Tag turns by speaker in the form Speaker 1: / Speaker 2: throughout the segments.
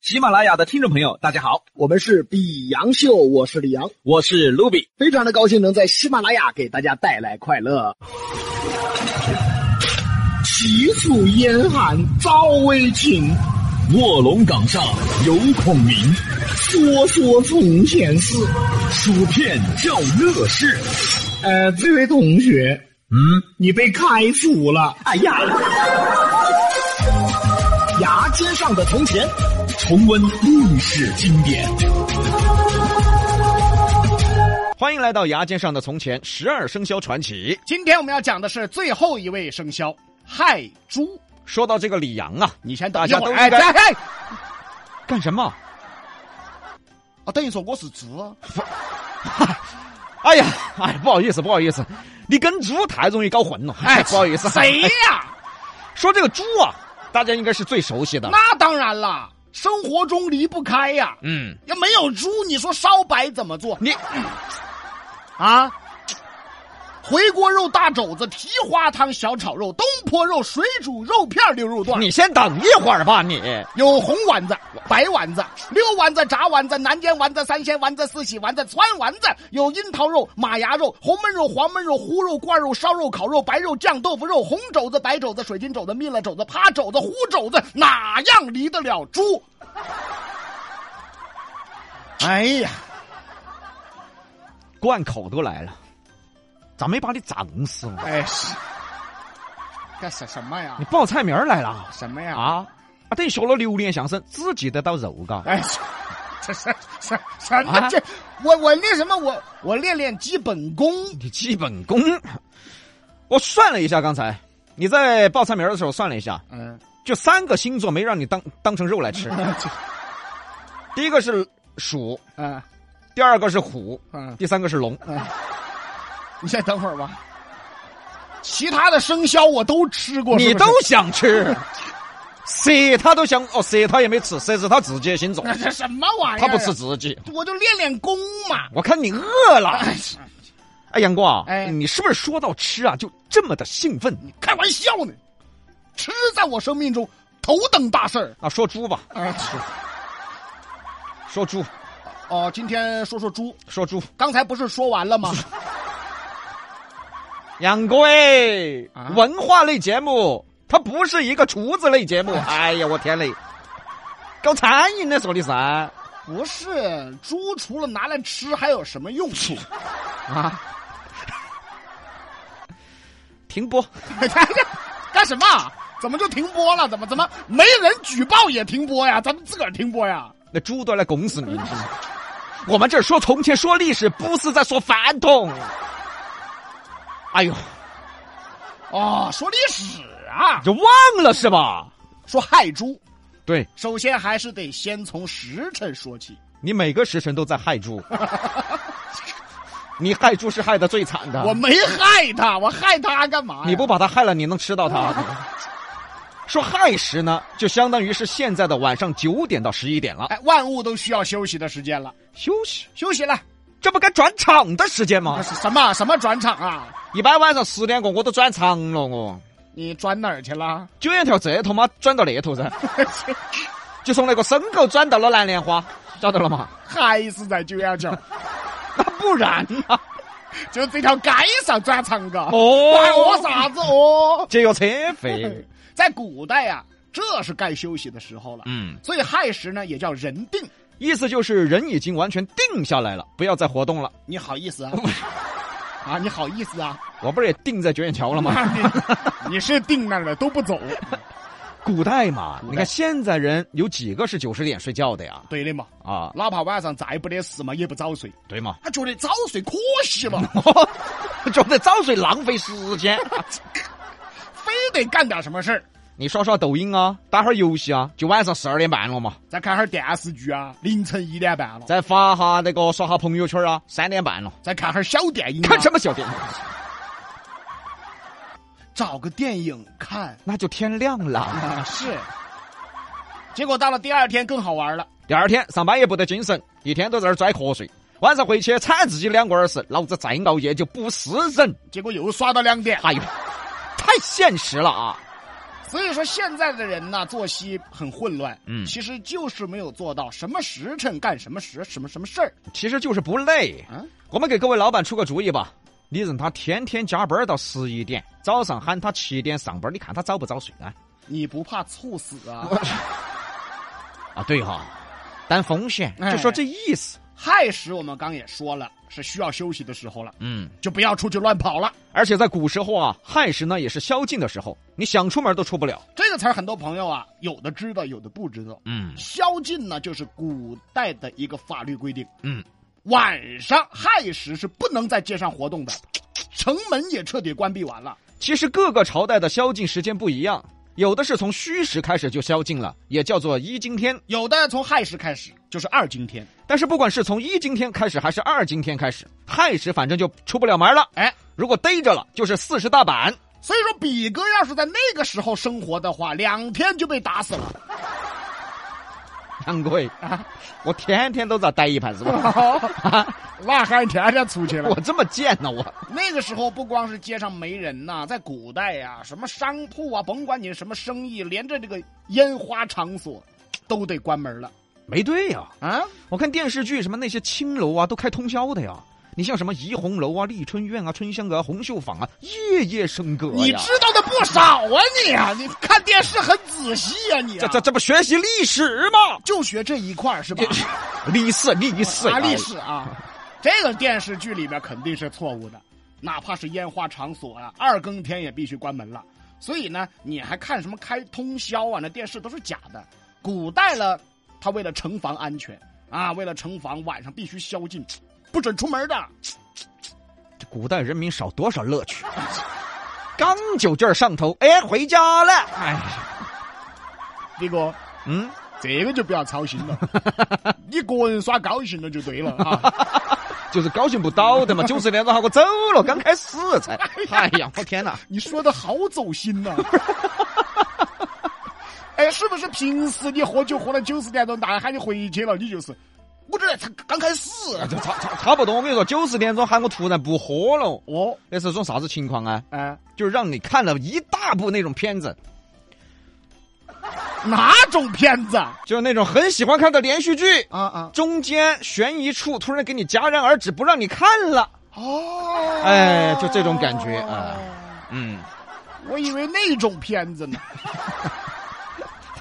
Speaker 1: 喜马拉雅的听众朋友，大家好，
Speaker 2: 我们是比杨秀，我是李阳，
Speaker 1: 我是卢比。
Speaker 2: 非常的高兴能在喜马拉雅给大家带来快乐。齐楚燕韩赵魏秦，
Speaker 1: 卧龙岗上有孔明，
Speaker 2: 说说从前事。
Speaker 1: 薯片叫乐事。
Speaker 2: 呃，这位同学，
Speaker 1: 嗯，
Speaker 2: 你被开除了。哎呀，牙尖上的从前，
Speaker 1: 重温历史经典。
Speaker 3: 欢迎来到《牙尖上的从前》十二生肖传奇。
Speaker 4: 今天我们要讲的是最后一位生肖亥猪。
Speaker 3: 说到这个李阳啊，
Speaker 4: 你先等
Speaker 3: 大
Speaker 4: 一
Speaker 3: 家
Speaker 4: 会
Speaker 3: 都
Speaker 4: 儿，
Speaker 3: 应
Speaker 4: 哎
Speaker 3: 该
Speaker 4: 哎哎，
Speaker 3: 干什么？
Speaker 4: 啊，等于说我是猪啊，
Speaker 3: 哎呀，哎，不好意思，不好意思，你跟猪太容易搞混了。哎，不好意思。
Speaker 4: 谁
Speaker 3: 哎
Speaker 4: 呀、
Speaker 3: 说这个猪啊，大家应该是最熟悉的。
Speaker 4: 那当然啦，生活中离不开呀、
Speaker 3: 嗯，
Speaker 4: 要没有猪，你说烧白怎么做
Speaker 3: 你
Speaker 4: 啊？回锅肉、大肘子、蹄花汤、小炒肉、东坡肉、水煮肉片、牛肉段，
Speaker 3: 你先等一会儿吧，你
Speaker 4: 有红丸子、白丸子、溜丸子、炸丸子、南煎丸子、三鲜丸子、四喜丸子、川丸子，有樱桃肉、马牙肉、红焖肉、黄焖肉、烀肉、灌肉、烧肉、烤肉、白肉、酱豆腐肉、红肘子、白肘子、水晶肘子、蜜了肘子、趴肘子、烀肘子，哪样离得了猪？哎呀，
Speaker 3: 灌口都来了，咋没把你胀死了？
Speaker 4: 哎，是干什什么呀
Speaker 3: 你？报菜名儿来了
Speaker 4: 什哎么呀？
Speaker 3: 啊？啊，等于学了六年相声，只记得到肉嘎。
Speaker 4: 哎，是这是什什
Speaker 3: 啊
Speaker 4: 么这？我我那什么我我练练基本功。
Speaker 3: 你基本功，我算了一下，刚才你在报菜名儿的时候算了一下，
Speaker 4: 嗯，
Speaker 3: 就三个星座没让你当当成肉来 吃。第一个是鼠，
Speaker 4: 啊，
Speaker 3: 第二个是虎，
Speaker 4: 嗯，
Speaker 3: 第三个是龙。
Speaker 4: 你先等会儿吧。其他的生肖我都吃过，
Speaker 3: 你
Speaker 4: 是不
Speaker 3: 都
Speaker 4: 是
Speaker 3: 想吃，蛇他都想哦，蛇他也没吃，蛇是他自己的星座，
Speaker 4: 那哎这什么玩意
Speaker 3: 他
Speaker 4: 儿？啊
Speaker 3: 不吃，自己。
Speaker 4: 我就练练功嘛。
Speaker 3: 我看你饿了，哎，杨过啊，
Speaker 4: 哎
Speaker 3: 你是不是说到吃啊就这么的兴奋？
Speaker 4: 你开玩笑呢？吃在我生命中头等大事儿。
Speaker 3: 那说猪吧，
Speaker 4: 啊，吃。
Speaker 3: 说猪，
Speaker 4: 哦，今天说说猪，
Speaker 3: 说猪，
Speaker 4: 刚才不是说完了吗？
Speaker 3: 杨过哎，
Speaker 4: 啊
Speaker 3: 文化类节目，它不是一个厨子类节 目。哎呀，我天嘞，搞餐饮的说的噻。
Speaker 4: 不是，猪除了拿来吃还有什么用处？
Speaker 3: 啊，停播，
Speaker 4: 干什么？怎么就停播了？怎么怎么没人举报也停播呀？咱们自个儿停播呀？
Speaker 3: 那猪都要来拱死你！ 你知道吗我们这儿说从前，说历史，不是在说饭桶。哎呦，
Speaker 4: 哦，说历史啊，
Speaker 3: 就忘了是吧？
Speaker 4: 说害猪。
Speaker 3: 对
Speaker 4: 首先还是得先从时辰说起。
Speaker 3: 你每个时辰都在害 猪，你害猪是害的最惨的。
Speaker 4: 我没害他，我害他干嘛呀？
Speaker 3: 啊你不把它害了，你能吃到 它？说亥时呢，就相当于是现在的晚上九点到十一点了，
Speaker 4: 哎，万物都需要休息的时间了，
Speaker 3: 休息，哎
Speaker 4: 休息了。
Speaker 3: 这不该转场的时间
Speaker 4: 那
Speaker 3: 吗？
Speaker 4: 是什么什么转场啊？
Speaker 3: 一般晚上十点过我都转场了，我
Speaker 4: 你转哪儿去了？
Speaker 3: 九眼条这头嘛转到那头 噻，就从那个牲口转到了蓝莲花，晓得了吗？
Speaker 4: 还是在九眼桥，
Speaker 3: 那不然呢、
Speaker 4: 就这条街上转场个。 哎
Speaker 3: 哦，
Speaker 4: 我
Speaker 3: 哎
Speaker 4: 啥子哦？
Speaker 3: 节约车费，
Speaker 4: 在古代呀、这是该休息的时候了。
Speaker 3: 嗯，
Speaker 4: 所以亥时呢也叫人定。
Speaker 3: 意思就是人已经完全定下来了，不要再活动了。
Speaker 4: 你好意思啊？啊，你好意思啊？
Speaker 3: 我不是也定在九眼桥了吗？
Speaker 4: 你你是定那儿了都不走，
Speaker 3: 古代嘛，
Speaker 4: 代
Speaker 3: 你看现在人有几个是九十点睡觉的呀？
Speaker 4: 对的嘛。
Speaker 3: 啊，
Speaker 4: 哪怕晚上再不得事嘛，也不早睡。，
Speaker 3: 对嘛
Speaker 4: 他觉得早睡可惜
Speaker 3: 嗯
Speaker 4: 了，
Speaker 3: 觉得早睡浪费时间。
Speaker 4: 非得干点什么事儿，
Speaker 3: 你刷刷抖音啊，打会儿游戏啊，就晚上十二点半了嘛，
Speaker 4: 再看会儿电视剧啊，凌晨一点半了，再
Speaker 3: 再发哈那个刷下朋友圈啊，三点半了。
Speaker 4: 再看会儿小电影、啊
Speaker 3: 看什
Speaker 4: 么？
Speaker 3: 么小电影？
Speaker 4: 找个电影看
Speaker 3: 那就天亮了。
Speaker 4: 啊，是。结果到了第二天更好玩了，
Speaker 3: 第二天上班也不得精神，一天都在那儿拽瞌睡，晚上回去铲自己两个耳屎，老子再熬夜就不是人。
Speaker 4: 结果又刷到两点，
Speaker 3: 哎呦，太现实了啊！
Speaker 4: 所以说现在的人呐，作息很混乱，
Speaker 3: 嗯
Speaker 4: 其实就是没有做到什么时辰干什么时，什么什么事儿
Speaker 3: 其实就是不累。
Speaker 4: 啊。
Speaker 3: 我们给各位老板出个主意吧，你让他天天加班到十一点，早上喊他七点上班，你看他早不早睡啊？
Speaker 4: 你不怕猝死 啊？
Speaker 3: 啊，对哈，担风险，
Speaker 4: 哎
Speaker 3: 就说这意思。
Speaker 4: 亥时我们刚也说了，是需要休息的时候了，
Speaker 3: 嗯，
Speaker 4: 就不要出去乱跑了。
Speaker 3: 而且在古时候啊，亥时呢也是宵禁的时候，你想出门都出不了。
Speaker 4: 这个词儿很多朋友啊，有的知道，有的不知道。
Speaker 3: 嗯
Speaker 4: 宵禁呢，就是古代的一个法律规定，
Speaker 3: 嗯，
Speaker 4: 晚上亥时是不能在街上活动的，城门也彻底关闭完了。
Speaker 3: 其实各个朝代的宵禁时间不一样，有的是从戌时开始就宵禁了，也叫做一经天。
Speaker 4: 有的从亥时开始就是二更天，
Speaker 3: 但是不管是从一经天开始还是二经天开始，亥时反正就出不了门了。
Speaker 4: 哎，
Speaker 3: 如果逮着了，就是四十大板。
Speaker 4: 所以说比哥要是在那个时候生活的话，两天就被打死了。
Speaker 3: 掌柜，
Speaker 4: 啊，
Speaker 3: 我天天都在逮一盘，是吧？
Speaker 4: 那还天天出去了
Speaker 3: 我这么贱呢、我
Speaker 4: 那个时候不光是街上没人呐、在古代呀、什么商铺啊，甭管你是什么生意，连着这个烟花场所，都得关门了
Speaker 3: 没对呀、
Speaker 4: 啊！
Speaker 3: 我看电视剧什么那些青楼啊，都开通宵的呀。你像什么怡红楼啊、丽春院啊、春香阁、啊、红袖坊啊，夜夜笙歌
Speaker 4: 你
Speaker 3: 哎呀。
Speaker 4: 知道的不少啊你啊！你看电视很仔细呀、你
Speaker 3: 这
Speaker 4: 啊、
Speaker 3: 这这不学习历史吗？
Speaker 4: 就学这一块儿是吧？
Speaker 3: 历史， 历史，
Speaker 4: 啊，历史啊，这个电视剧里边肯定是错误的，哪怕是烟花场所啊，二更天也必须关门了。所以呢，你还看什么开通宵啊？那电视都是假的。古代了，他为了城防安全啊，为了城防，晚上必须宵禁，不准出门的。
Speaker 3: 这古代人民少多少乐趣？刚酒劲儿上头，哎，回家了。哎，
Speaker 4: 李哥，
Speaker 3: 嗯，
Speaker 4: 这个就不要操心了，你个人耍高兴了就对了啊。
Speaker 3: 就是高兴不到的嘛。 九十年代哈，我走了，刚开始才。哎呀，我天哪！
Speaker 4: 你说的好走心 呐、哎，是不是平时你喝酒喝了九十点钟，大家喊你回去了，你就是，我这才刚开始。啊
Speaker 3: 就差差差不多，我跟你说，九十点钟喊我突然不喝了，
Speaker 4: 哦，
Speaker 3: 那是种啥子情况啊？
Speaker 4: 哎，
Speaker 3: 就是让你看了一大部那种片子，
Speaker 4: 哪种片子啊？
Speaker 3: 就是那种很喜欢看的连续剧，
Speaker 4: 啊啊！
Speaker 3: 中间悬疑处突然给你戛然而止，不让你看了。
Speaker 4: 哦，
Speaker 3: 哎就这种感觉啊。嗯，
Speaker 4: 我以为那种片子呢。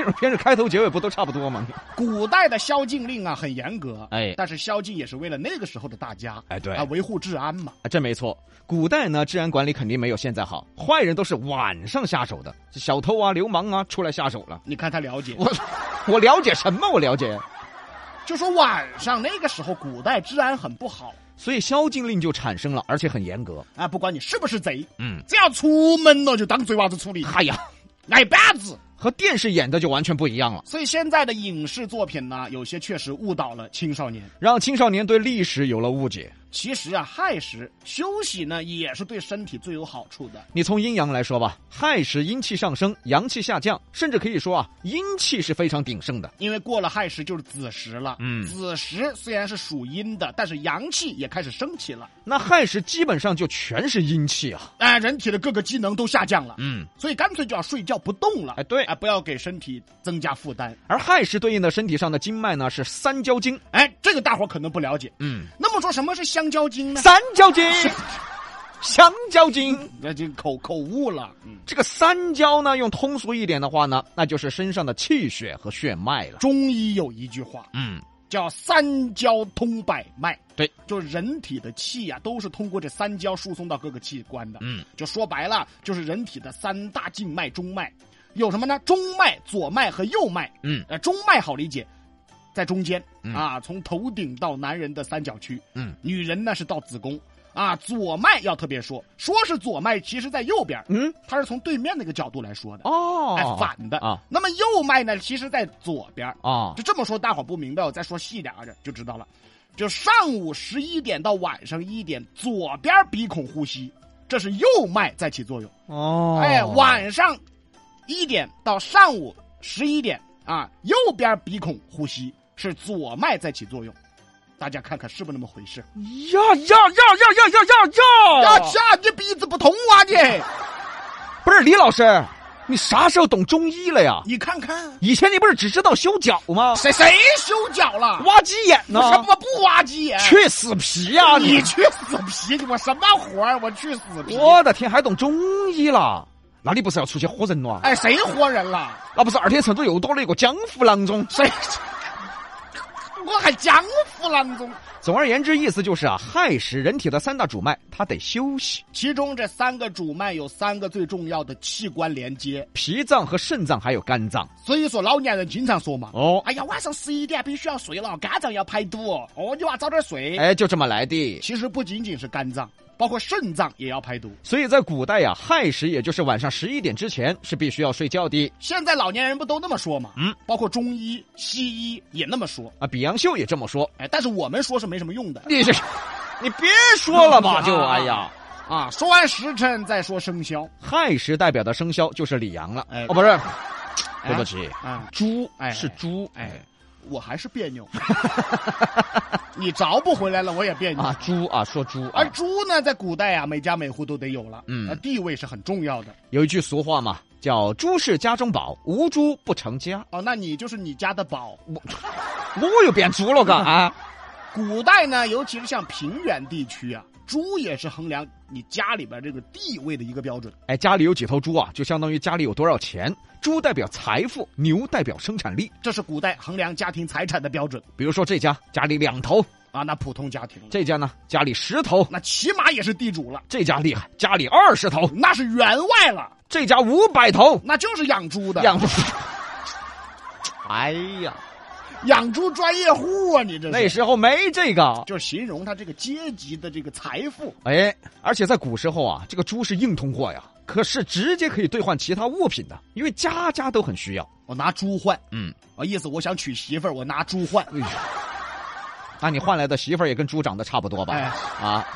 Speaker 3: 那种片子开头结尾不都差不多吗？
Speaker 4: 古代的宵禁令啊很严格，
Speaker 3: 哎
Speaker 4: 但是宵禁也是为了那个时候的大家，
Speaker 3: 哎对
Speaker 4: 啊，维护治安嘛。
Speaker 3: 啊，这没错。古代呢，治安管理肯定没有现在好，坏人都是晚上下手的，这小偷啊、流氓啊出来下手了。
Speaker 4: 你看他了解，
Speaker 3: 我 我了解什么？我了解。
Speaker 4: 就说晚上那个时候古代治安很不好
Speaker 3: 所以宵禁令就产生了，而且很严格。
Speaker 4: 啊，不管你是不是贼，
Speaker 3: 嗯，
Speaker 4: 只要出门了就当贼娃子处理，
Speaker 3: 哎呀，
Speaker 4: 挨板子。
Speaker 3: 和电视演的就完全不一样了，
Speaker 4: 所以现在的影视作品呢，有些确实误导了青少年。
Speaker 3: 让青少年对历史有了误解。
Speaker 4: 其实啊，亥时休息呢，也是对身体最有好处的。
Speaker 3: 你从阴阳来说吧，亥时阴气上升，阳气下降，甚至可以说啊，阴气是非常鼎盛的。
Speaker 4: 因为过了亥时就是子时了，
Speaker 3: 嗯
Speaker 4: 子时虽然是属阴的，但是阳气也开始升起了，
Speaker 3: 那亥时基本上就全是阴气啊。
Speaker 4: 哎、人体的各个机能都下降了，
Speaker 3: 嗯，
Speaker 4: 所以干脆就要睡觉不动了。
Speaker 3: 哎对
Speaker 4: 哎、不要给身体增加负担。
Speaker 3: 而亥时对应的身体上的经脉呢是三焦经。
Speaker 4: 哎，这个大伙儿可能不了解。
Speaker 3: 嗯，
Speaker 4: 那么说什么是香蕉精呢？
Speaker 3: 三焦经，香蕉经。
Speaker 4: 那就口口误了。嗯，
Speaker 3: 这个三焦呢，用通俗一点的话呢，那就是身上的气血和血脉了。
Speaker 4: 中医有一句话，
Speaker 3: 嗯，
Speaker 4: 叫三焦通百脉。
Speaker 3: 对，
Speaker 4: 就人体的气呀、都是通过这三焦输送到各个器官的。
Speaker 3: 嗯，
Speaker 4: 就说白了，就是人体的三大静脉、中脉，有什么呢？中脉、左脉和右脉。
Speaker 3: 嗯，
Speaker 4: 呃，中脉好理解，在中间、
Speaker 3: 嗯
Speaker 4: 啊，从头顶到男人的三角区。
Speaker 3: 嗯，
Speaker 4: 女人呢是到子宫。啊，左脉要特别说，说是左脉，其实在右边。
Speaker 3: 嗯，
Speaker 4: 它是从对面那个角度来说的，
Speaker 3: 哦，
Speaker 4: 哎，反的
Speaker 3: 啊。
Speaker 4: 那么右脉呢，其实在左边。
Speaker 3: 啊
Speaker 4: 就这么说，大伙不明白，我再说细点儿就知道了。就上午十一点到晚上一点，左边鼻孔呼吸，这是右脉在起作用。
Speaker 3: 哦，
Speaker 4: 哎，晚上一点到上午十一点啊，右边鼻孔呼吸是左脉在起作用。大家看看是不是那么回事？
Speaker 3: 呀呀呀呀呀呀呀呀！
Speaker 4: 呀，你鼻子不通啊你！
Speaker 3: 不是李老师，你啥时候懂中医了呀？
Speaker 4: 你看看，
Speaker 3: 以前你不是只知道修脚吗？
Speaker 4: 谁谁修脚了？
Speaker 3: 挖鸡眼呢？
Speaker 4: 什么不挖鸡眼？
Speaker 3: 去死皮呀、
Speaker 4: 你
Speaker 3: 你！
Speaker 4: 去死皮！你我什么活儿？我去死皮！
Speaker 3: 我的天，还懂中医了？那你不是要出去唬人了？
Speaker 4: 哎，谁活人了？
Speaker 3: 那不是二天成都又多了一个江湖郎中？
Speaker 4: 谁？ 我还江湖郎中，
Speaker 3: 总而言之，意思就是啊，亥时人体的三大主脉，它得休息，
Speaker 4: 其中这三个主脉有三个最重要的器官连接，
Speaker 3: 脾脏和肾脏还有肝脏。
Speaker 4: 所以说老年人经常说嘛，
Speaker 3: 哦
Speaker 4: 哎呀，晚上十一点必须要睡了，肝脏要排毒哦，哦，你娃早点睡。
Speaker 3: 哎，就这么来的。
Speaker 4: 其实不仅仅是肝脏，包括肾脏也要排毒。
Speaker 3: 所以在古代呀、亥时也就是晚上十一点之前是必须要睡觉的
Speaker 4: 现在老年人不都那么说嘛？
Speaker 3: 嗯，
Speaker 4: 包括中医、西医也那么说。
Speaker 3: 啊。比杨秀也这么说。
Speaker 4: 哎，但是我们说是没什么用的
Speaker 3: 你这， 你别说了吧，就
Speaker 4: 啊
Speaker 3: 哎呀，
Speaker 4: 啊。说完时辰再说生肖，
Speaker 3: 亥时代表的生肖就是李阳了。
Speaker 4: 哎
Speaker 3: 哦，不是，对不起，
Speaker 4: 啊，
Speaker 3: 猪
Speaker 4: 哎
Speaker 3: 是猪，
Speaker 4: 哎，我还是别 扭。你找不回来了，我也别扭
Speaker 3: 啊，。猪啊，说猪啊
Speaker 4: 而。猪呢，在古代啊，每家每户都得有了，
Speaker 3: 嗯
Speaker 4: 呃地位是很重要的。
Speaker 3: 有一句俗话嘛，叫“猪是家中宝，无猪不成家
Speaker 4: 哦，那你就是你家的宝。”。
Speaker 3: 我又变猪了，嘎啊！
Speaker 4: 古代呢，尤其是像平原地区啊，猪也是衡量你家里边这个地位的一个标准。
Speaker 3: 哎，家里有几头猪啊，就相当于家里有多少钱。猪代表财富，牛代表生产力。
Speaker 4: 这是古代衡量家庭财产的标准
Speaker 3: 比如说这家家里两头，
Speaker 4: 啊。那普通家庭，
Speaker 3: 这家呢家里十头，
Speaker 4: 那起码也是地主了，
Speaker 3: 这家厉害，家里二十头，
Speaker 4: 那是员外了，
Speaker 3: 这家五百头，
Speaker 4: 那就是养猪的，
Speaker 3: 养。 哎呀，
Speaker 4: 养猪专业户啊！你这
Speaker 3: 那
Speaker 4: 是
Speaker 3: 时候没这个。
Speaker 4: 就是形容他这个阶级的这个财富。
Speaker 3: 哎，而且在古时候啊，这个猪是硬通货呀，可是直接可以兑换其他物品的，因为家家都很需要。
Speaker 4: 我拿猪换，
Speaker 3: 嗯，
Speaker 4: 啊，意思我想娶媳妇儿，我拿猪换。
Speaker 3: 哎呀，那你换来的媳妇儿也跟猪长得差不多吧？
Speaker 4: 哎
Speaker 3: 啊，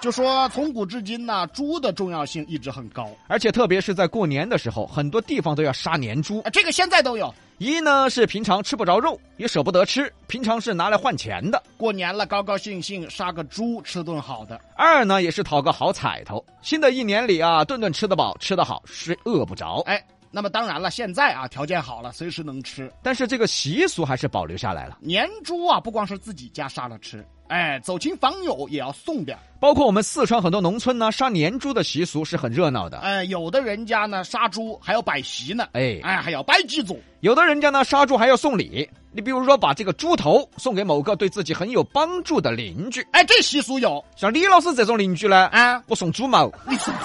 Speaker 4: 就说从古至今呢、猪的重要性一直很高。
Speaker 3: 而且特别是在过年的时候，很多地方都要杀年猪
Speaker 4: 啊，。这个现在都有。
Speaker 3: 一呢是平常吃不着肉，也舍不得吃，平常是拿来换钱的；
Speaker 4: 过年了，高高兴兴杀个猪，吃顿好的。
Speaker 3: 二呢也是讨个好彩头。新的一年里啊，顿顿吃得饱，吃得好，睡饿不着。
Speaker 4: 哎，那么当然了，现在啊，条件好了，随时能吃。
Speaker 3: 但是这个习俗还是保留下来了，
Speaker 4: 年猪啊，不光是自己家杀了吃，哎，走亲访友也要送点儿。
Speaker 3: 包括我们四川很多农村呢，杀年猪的习俗是很热闹的。
Speaker 4: 哎，有的人家呢杀猪还要摆席呢，
Speaker 3: 哎
Speaker 4: 哎，还要摆祭祖。
Speaker 3: 有的人家呢，杀猪还要送礼，你比如说把这个猪头送给某个对自己很有帮助的邻居，
Speaker 4: 哎，这习俗有
Speaker 3: 像李老师这种邻居呢，
Speaker 4: 啊。
Speaker 3: 我送猪毛。
Speaker 4: 你什么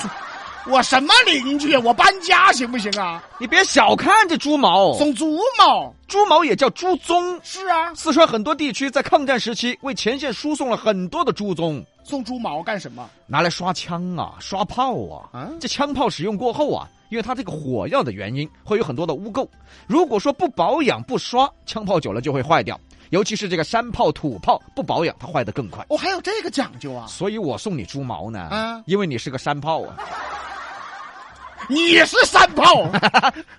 Speaker 4: 我什么邻居？我搬家行不行啊？
Speaker 3: 你别小看这猪毛，
Speaker 4: 送猪毛
Speaker 3: 猪毛也叫猪鬃。
Speaker 4: 是啊，
Speaker 3: 四川很多地区在抗战时期为前线输送了很多的猪鬃，
Speaker 4: 送猪毛干什么？
Speaker 3: 拿来刷枪啊、刷炮啊。
Speaker 4: 啊
Speaker 3: 这枪炮使用过后啊，因为它这个火药的原因，会有很多的污垢。如果说不保养、不刷，枪炮久了就会坏掉。尤其是这个山炮、土炮，不保养它坏得更快。
Speaker 4: 哦，还有这个讲究啊！
Speaker 3: 所以我送你猪毛呢，
Speaker 4: 啊
Speaker 3: 因为你是个山炮啊！
Speaker 4: 你是山炮，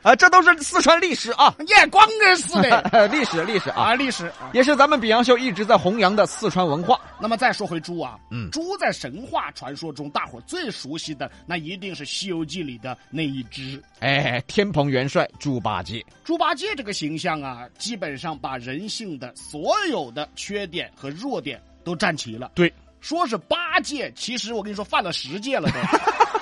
Speaker 3: 啊，这都是四川历史啊，
Speaker 4: 也光根似的
Speaker 3: 历史历史啊，
Speaker 4: 啊！历史啊。
Speaker 3: 也是咱们比洋秀一直在弘扬的四川文化。
Speaker 4: 那么再说回猪啊，
Speaker 3: 嗯
Speaker 4: 猪在神话传说中，大伙儿最熟悉的那一定是《西游记》里的那一只
Speaker 3: 哎，天蓬元帅猪八戒，
Speaker 4: 猪八戒这个形象啊，基本上把人性的所有的缺点和弱点都占齐了。
Speaker 3: 对，
Speaker 4: 说是八戒，其实我跟你说犯了十戒了都。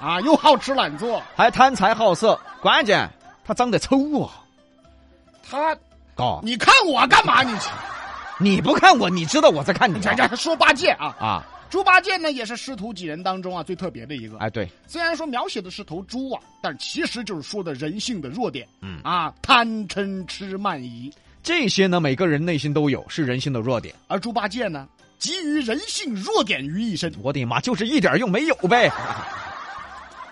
Speaker 4: 啊，又好吃懒做，
Speaker 3: 还贪财好色，关键他长得丑啊！
Speaker 4: 他，
Speaker 3: 哥，
Speaker 4: 你看我干嘛你？
Speaker 3: 你不看我，你知道我在看你
Speaker 4: 这这说八戒啊，
Speaker 3: 啊？
Speaker 4: 猪八戒呢也是师徒几人当中啊最特别的一个。
Speaker 3: 哎，对，
Speaker 4: 虽然说描写的是头猪啊，但其实就是说的人性的弱点，
Speaker 3: 嗯
Speaker 4: 啊，贪嗔痴慢疑。
Speaker 3: 这些呢，每个人内心都有，是人性的弱点。
Speaker 4: 而猪八戒呢，集于人性弱点于一身，
Speaker 3: 我的妈，就是一点用没有呗。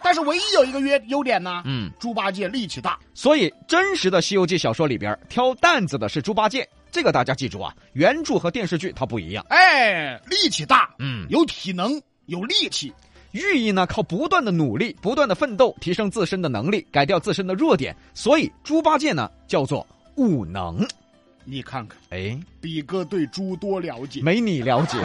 Speaker 4: 但是唯一有一个优优点呢，
Speaker 3: 嗯，
Speaker 4: 猪八戒力气大。
Speaker 3: 所以，真实的《西游记》小说里边，挑担子的是猪八戒，这个大家记住啊。原著和电视剧它不一样，
Speaker 4: 哎，力气大，
Speaker 3: 嗯，
Speaker 4: 有体能，有力气。
Speaker 3: 寓意呢靠不断的努力、不断的奋斗，提升自身的能力，改掉自身的弱点。所以，猪八戒呢叫做悟能。
Speaker 4: 你看看，
Speaker 3: 哎，
Speaker 4: 比哥对猪多了解。
Speaker 3: 没你了解。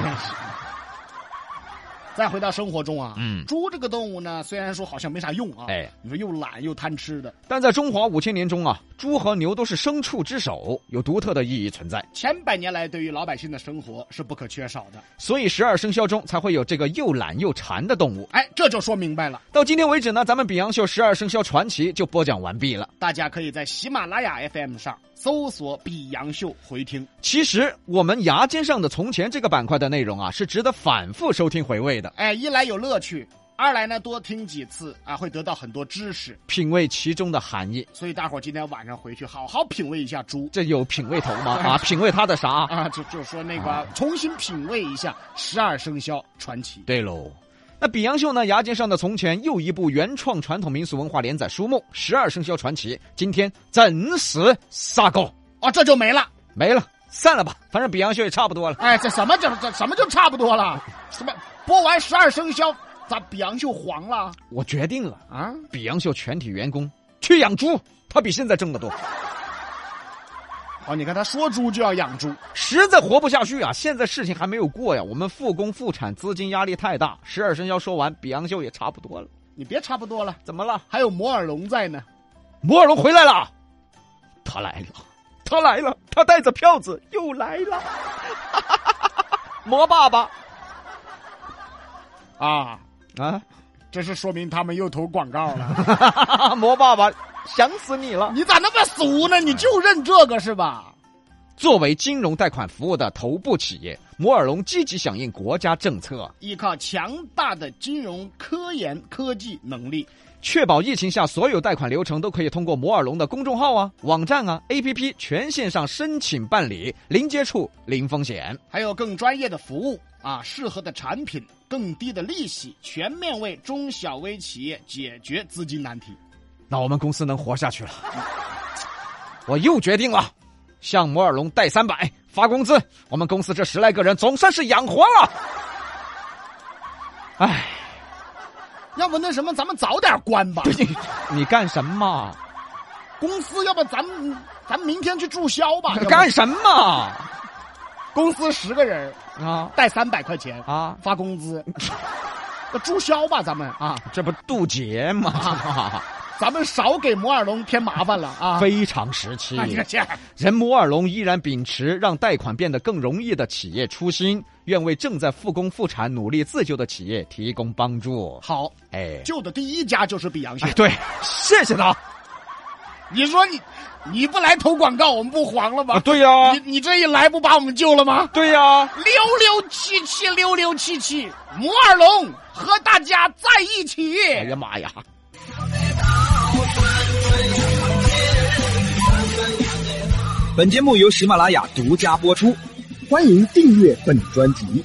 Speaker 4: 再回到生活中啊，
Speaker 3: 嗯
Speaker 4: 猪这个动物呢，虽然说好像没啥用啊，
Speaker 3: 哎，
Speaker 4: 你说又懒又贪吃的，
Speaker 3: 但在中华五千年中啊，猪和牛都是牲畜之首，有独特的意义存在。
Speaker 4: 千百年来对于老百姓的生活是不可缺少的。
Speaker 3: 所以十二生肖中才会有这个又懒又馋的动物。
Speaker 4: 哎，这就说明白了。
Speaker 3: 到今天为止呢，咱们《比洋秀十二生肖传奇》就播讲完毕了。
Speaker 4: 大家可以在喜马拉雅 FM 上搜索“比洋秀”回听。
Speaker 3: 其实我们牙尖上的从前这个板块的内容啊，是值得反复收听回味的，
Speaker 4: 哎，一来有乐趣，二来呢多听几次啊，会得到很多知识。
Speaker 3: 品味其中的含义。
Speaker 4: 所以大伙儿今天晚上回去好好品味一下猪
Speaker 3: 这有品味头吗？啊，品味它的啥？
Speaker 4: 啊，就就说那个重新品味一下十二生肖传奇。
Speaker 3: 对喽。那《比洋秀》呢？牙尖上的从前又一部原创传统民俗文化连载书目《十二生肖传奇》，今天整死撒狗
Speaker 4: 哦，这就没了。
Speaker 3: 没了，散了吧，反正《比洋秀》也差不多了。
Speaker 4: 哎，这什么叫这什么就差不多了？什么播完十二生肖，咋比洋秀黄了
Speaker 3: 我决定了，
Speaker 4: 啊？
Speaker 3: 《比洋秀》全体员工去养猪，他比现在挣得多，
Speaker 4: 哦，你看他说猪就要养猪，
Speaker 3: 实在活不下去啊！现在事情还没有过呀，我们复工复产，资金压力太大。十二生肖说完，《比洋秀》也差不多了，
Speaker 4: 你别差不多了，
Speaker 3: 怎么了？
Speaker 4: 还有摩尔龙在呢。
Speaker 3: 摩尔龙回来了，他来了，他来了，他带着票子又来了， 魔爸爸
Speaker 4: 啊，
Speaker 3: 啊，
Speaker 4: 这是说明他们又投广告了。
Speaker 3: 魔爸爸，想死你了！
Speaker 4: 你咋那么俗呢？你就认这个是吧？
Speaker 3: 作为金融贷款服务的头部企业，摩尔龙积极响应国家政策，
Speaker 4: 依靠强大的金融科研科技能力，
Speaker 3: 确保疫情下所有贷款流程都可以通过摩尔龙的公众号啊、网站啊、APP 全线上申请办理，零接触、零风险。
Speaker 4: 还有更专业的服务啊，适合的产品，更低的利息，全面为中小微企业解决资金难题。
Speaker 3: 那我们公司能活下去了。 我又决定了，向摩尔龙贷三百发工资，我们公司这十来个人总算是养活了。哎，
Speaker 4: 要不那什么，咱们早点关吧。
Speaker 3: 你干什么？
Speaker 4: 公司，要不咱们咱们明天去注 销吧？要不
Speaker 3: 干什么？
Speaker 4: 公司十个人
Speaker 3: 啊
Speaker 4: 贷三百块钱
Speaker 3: 啊！
Speaker 4: 发工资， 那注销吧，咱们啊，
Speaker 3: 这不渡劫吗？
Speaker 4: 咱们少给摩尔龙添麻烦了啊。
Speaker 3: 非常时期。
Speaker 4: 啊，你看这。
Speaker 3: 人摩尔龙依然秉持让贷款变得更容易的企业初心，愿为正在复工复产、努力自救的企业提供帮助。
Speaker 4: 好，
Speaker 3: 哎，
Speaker 4: 救的第一家就是比洋秀
Speaker 3: 哎，。对， 谢谢他
Speaker 4: 你说你，你不来投广告，我们不黄了吗？
Speaker 3: 啊！对呀、
Speaker 4: 你你这一来，不把我们救了吗？
Speaker 3: 对呀、
Speaker 4: 六六七七，六六七七，摩尔龙和大家在一起。
Speaker 3: 哎呀妈呀！
Speaker 1: 本节目由喜马拉雅独家播出，
Speaker 2: 欢迎订阅本专辑。